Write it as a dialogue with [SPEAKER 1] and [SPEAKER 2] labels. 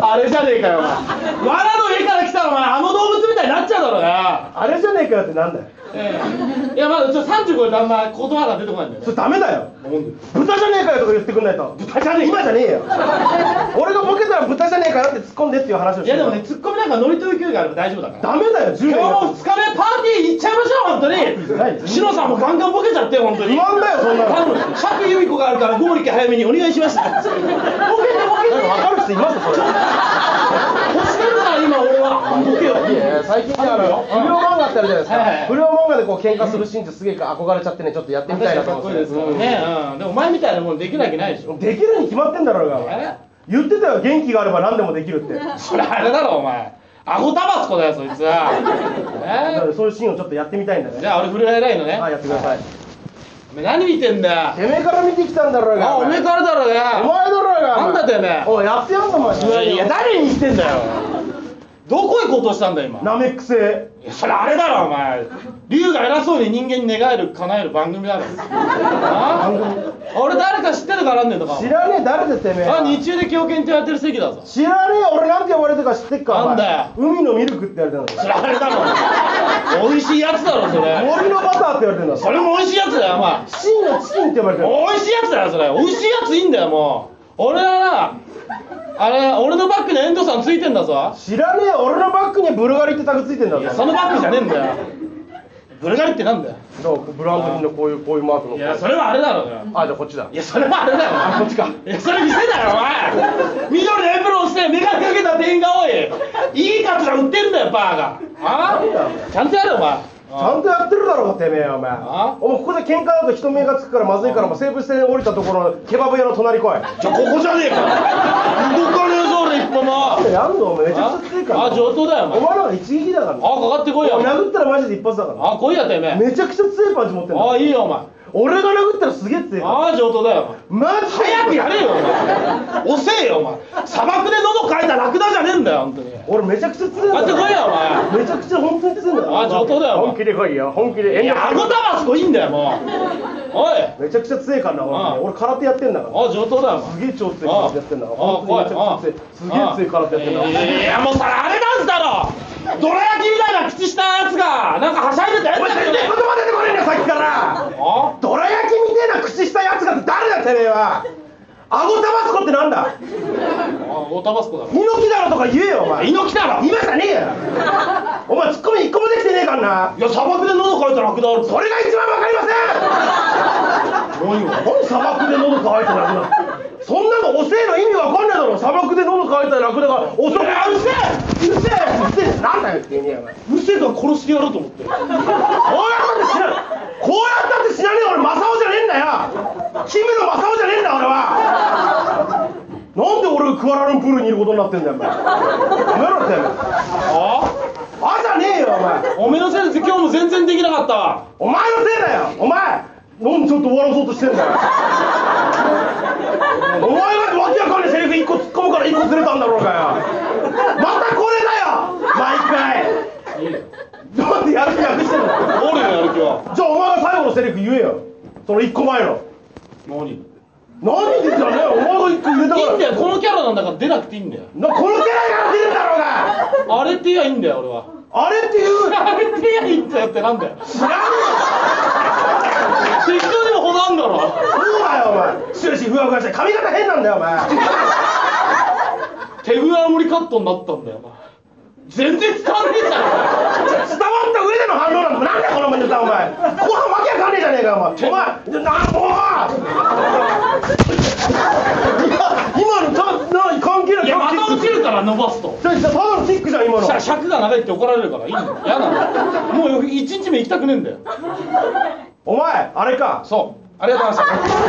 [SPEAKER 1] あれじゃねえかよお前わらの上から来たらお前あの動物みたいになっちゃうだろうな、
[SPEAKER 2] あれじゃねえかよってなんだよ
[SPEAKER 1] ええいやまだちょっと35であんま言葉が出てこないんだよ
[SPEAKER 2] そ
[SPEAKER 1] ね
[SPEAKER 2] れダメだよ豚じゃねえかよとか言ってくんないと
[SPEAKER 1] 豚じゃねえ
[SPEAKER 2] 今じゃねえよ俺がボケたら豚じゃねえかよって突っ込んでっていう話を
[SPEAKER 1] い
[SPEAKER 2] して
[SPEAKER 1] や
[SPEAKER 2] る
[SPEAKER 1] でもねツッコミなんかノリと勢いがあれば大丈夫だから
[SPEAKER 2] ダメだよ
[SPEAKER 1] 今
[SPEAKER 2] 10年
[SPEAKER 1] 日も2日目パーティー行っちゃいましょう本当にシノさんもガンガンボケちゃって本当に
[SPEAKER 2] 不安だよそんなの
[SPEAKER 1] 頼む釈由美子があるから剛力早めにお願いしますボケてボケて
[SPEAKER 2] 分かる人いますそれ
[SPEAKER 1] 欲してるから今俺はボケを
[SPEAKER 2] 最近ねあの不良漫画ってあるじゃないですか、
[SPEAKER 1] はいはいはい
[SPEAKER 2] 不良漫画でこう喧嘩するシーンってすげえ憧れちゃってねちょっとやってみたいなと
[SPEAKER 1] かっ
[SPEAKER 2] 思
[SPEAKER 1] こ
[SPEAKER 2] っ
[SPEAKER 1] いい
[SPEAKER 2] て
[SPEAKER 1] ですからね、うん、でもお前みたいなもんできるわけないでしょ
[SPEAKER 2] できるに決まってんだろうがお前
[SPEAKER 1] え
[SPEAKER 2] 言ってたよ元気があれば何でもできるってだ
[SPEAKER 1] それあれだろお前アゴタバスコだよそいつ
[SPEAKER 2] か
[SPEAKER 1] は、
[SPEAKER 2] らそういうシーンをちょっとやってみたいんだ
[SPEAKER 1] え
[SPEAKER 2] ね
[SPEAKER 1] じゃあ俺フルライラインのね
[SPEAKER 2] ああやってください
[SPEAKER 1] お前何見てんだよ
[SPEAKER 2] てめえから見てきたんだろうが
[SPEAKER 1] あおめえ
[SPEAKER 2] ら
[SPEAKER 1] からだろう
[SPEAKER 2] お
[SPEAKER 1] が
[SPEAKER 2] 前だろうが
[SPEAKER 1] なんだてめえ
[SPEAKER 2] おいやってやんぞお前
[SPEAKER 1] いや誰に言ってんだよどこへ行こうとしたんだよ今
[SPEAKER 2] ナメック星
[SPEAKER 1] いやそれあれだろお前竜が偉そうに人間に願える叶える番組だろあ俺誰か知ってるかなんねえとか
[SPEAKER 2] 知らねえ誰でてめえ
[SPEAKER 1] あ日中で狂犬ってやってる席だぞ
[SPEAKER 2] 知らねえ俺なんて呼ばれてるか知ってっかお前
[SPEAKER 1] なん
[SPEAKER 2] 海のミルクって言われてんだ
[SPEAKER 1] それあれだろ美味しいやつだろそれ
[SPEAKER 2] 森のバターって言われてんだ
[SPEAKER 1] それも美味しいやつだよお前
[SPEAKER 2] 真のチキンって呼ばれてる
[SPEAKER 1] 美味しいやつだよそれ美味しいやついいんだよもう俺はなあれ俺のバッグに遠藤さんついてんだぞ
[SPEAKER 2] 知らねえ俺のバッグにブルガリってタグついてんだ
[SPEAKER 1] い
[SPEAKER 2] ぞ
[SPEAKER 1] やそのバッグじゃねえんだよブルガリってなんだよ
[SPEAKER 2] そうブランド品のこういうこういうマークの
[SPEAKER 1] いやそれはあれだろうよ
[SPEAKER 2] あじゃあこっちだ
[SPEAKER 1] いやそれはあれだよあこっちかいやそれ店だよお前緑のエプロンして眼鏡かけた店員が多いいいカツラ売ってんだよバーがあちゃんとやれよお前
[SPEAKER 2] ちゃんとやってるだろうがてめえお前
[SPEAKER 1] あ
[SPEAKER 2] お前ここで喧嘩だと人目がつくからまずいからもう西武線降りたところのケバブ屋の隣来い
[SPEAKER 1] じゃあここじゃねえか動かねえぞ俺一歩も
[SPEAKER 2] やんのお前めちゃくちゃ強いから
[SPEAKER 1] あ上等だよお
[SPEAKER 2] お
[SPEAKER 1] 前
[SPEAKER 2] 前らが一撃だからね
[SPEAKER 1] あかかってこいよ
[SPEAKER 2] お前殴ったらマジで一発だから
[SPEAKER 1] あ来いやてめえ
[SPEAKER 2] めちゃくちゃ強いパンチ持ってんだ
[SPEAKER 1] ああいいよお前
[SPEAKER 2] 俺が殴ったらすげえ強いから
[SPEAKER 1] ああ上等だよ
[SPEAKER 2] マジ
[SPEAKER 1] お前早くやれよお前遅えよお前砂漠で喉かいたラクダじゃねえんだよ本当に
[SPEAKER 2] 俺めちゃくちゃ強いん
[SPEAKER 1] あ
[SPEAKER 2] だ
[SPEAKER 1] ってこいよお
[SPEAKER 2] 前めちゃくちゃ本当に強いんだよ
[SPEAKER 1] あ上等だよお前
[SPEAKER 2] 本気で来いよ本気で
[SPEAKER 1] 前いやアゴタバスコいいんだよもうおい
[SPEAKER 2] めちゃくちゃ強いからな
[SPEAKER 1] ああ
[SPEAKER 2] 俺俺空手やってんだから
[SPEAKER 1] あ上等だよお
[SPEAKER 2] す
[SPEAKER 1] 前
[SPEAKER 2] げえ超強い空手やってんだから
[SPEAKER 1] ああ
[SPEAKER 2] 本当にめちゃくちゃ強いすげえ強い空手やってんだから
[SPEAKER 1] いやもうそれあれなんだろどら焼きみたいな口したやつがなんかはしゃいでたやつ
[SPEAKER 2] お前
[SPEAKER 1] だよ
[SPEAKER 2] 全然言葉出てこねえんだよさっきから
[SPEAKER 1] あ
[SPEAKER 2] どら焼きみてえな口したやつが誰だてめえはアゴタバスコってなんだ
[SPEAKER 1] あゴタバスコだろ
[SPEAKER 2] 猪木だろとか言えよお前
[SPEAKER 1] 猪木だろい
[SPEAKER 2] 今じゃねえよお前ツッコミ一個もできてねえからな
[SPEAKER 1] や砂漠で喉かいたラクダある
[SPEAKER 2] それが一番わかりま
[SPEAKER 1] もういいわ
[SPEAKER 2] せん何砂漠で喉乾いたラクダそんなのおせえの意味わかんないだろ砂漠で喉乾いたラクダがおせえうるせえうるせえうるせえなんだよって言えねえよお前
[SPEAKER 1] うるせえから殺してやろうと思って
[SPEAKER 2] こうやったって死なこうやったって死なねえ俺正雄じゃねえんだよキムの正雄じゃねえんだ俺はなんで俺がクアラルンプールにいることになってんだよお前やめろって
[SPEAKER 1] あ
[SPEAKER 2] あじゃねえよお前
[SPEAKER 1] おめえのせいで今日も全然できなかったわ
[SPEAKER 2] お前のせいだよお前なんでちょっと終わらそうとしてんだよお前がわけわかんないセリフ一個突っ込むから一個ずれたんだろうがよまたこれだよ毎回なんでやる気なくしてんだよ
[SPEAKER 1] 俺のやる気は
[SPEAKER 2] じゃあお前が最後のセリフ言えよその一個前の
[SPEAKER 1] 何いいん
[SPEAKER 2] 何でじゃねえお前が一個入れたから
[SPEAKER 1] だよこのキャラなんだから出なくていいんだよ
[SPEAKER 2] なこのキャラから出るだろうが
[SPEAKER 1] あれって言えばいいんだよ俺は
[SPEAKER 2] あれっていう
[SPEAKER 1] あれって言えばいいんだよってなんだよ
[SPEAKER 2] 知らね
[SPEAKER 1] 適当にもほどあんだ
[SPEAKER 2] え
[SPEAKER 1] ろ
[SPEAKER 2] よそうだよお前終始ふわふわして髪型変なんだよお前
[SPEAKER 1] 手ぐわ盛りカットになったんだよお前全然伝わんねえじゃん
[SPEAKER 2] 伝わった上での反応なんだなんだこのネタお前後半わけわかんねえじゃねえかお前お前なもう今のたな関係ない
[SPEAKER 1] いやまた落ちるから伸ばすと
[SPEAKER 2] ちょちょただのキックじゃん今の
[SPEAKER 1] しゃ尺が長いって怒られるからいいんだよ嫌なんだよもう一日目行きたくねえんだよ
[SPEAKER 2] お前あれか
[SPEAKER 1] そうありがとうございました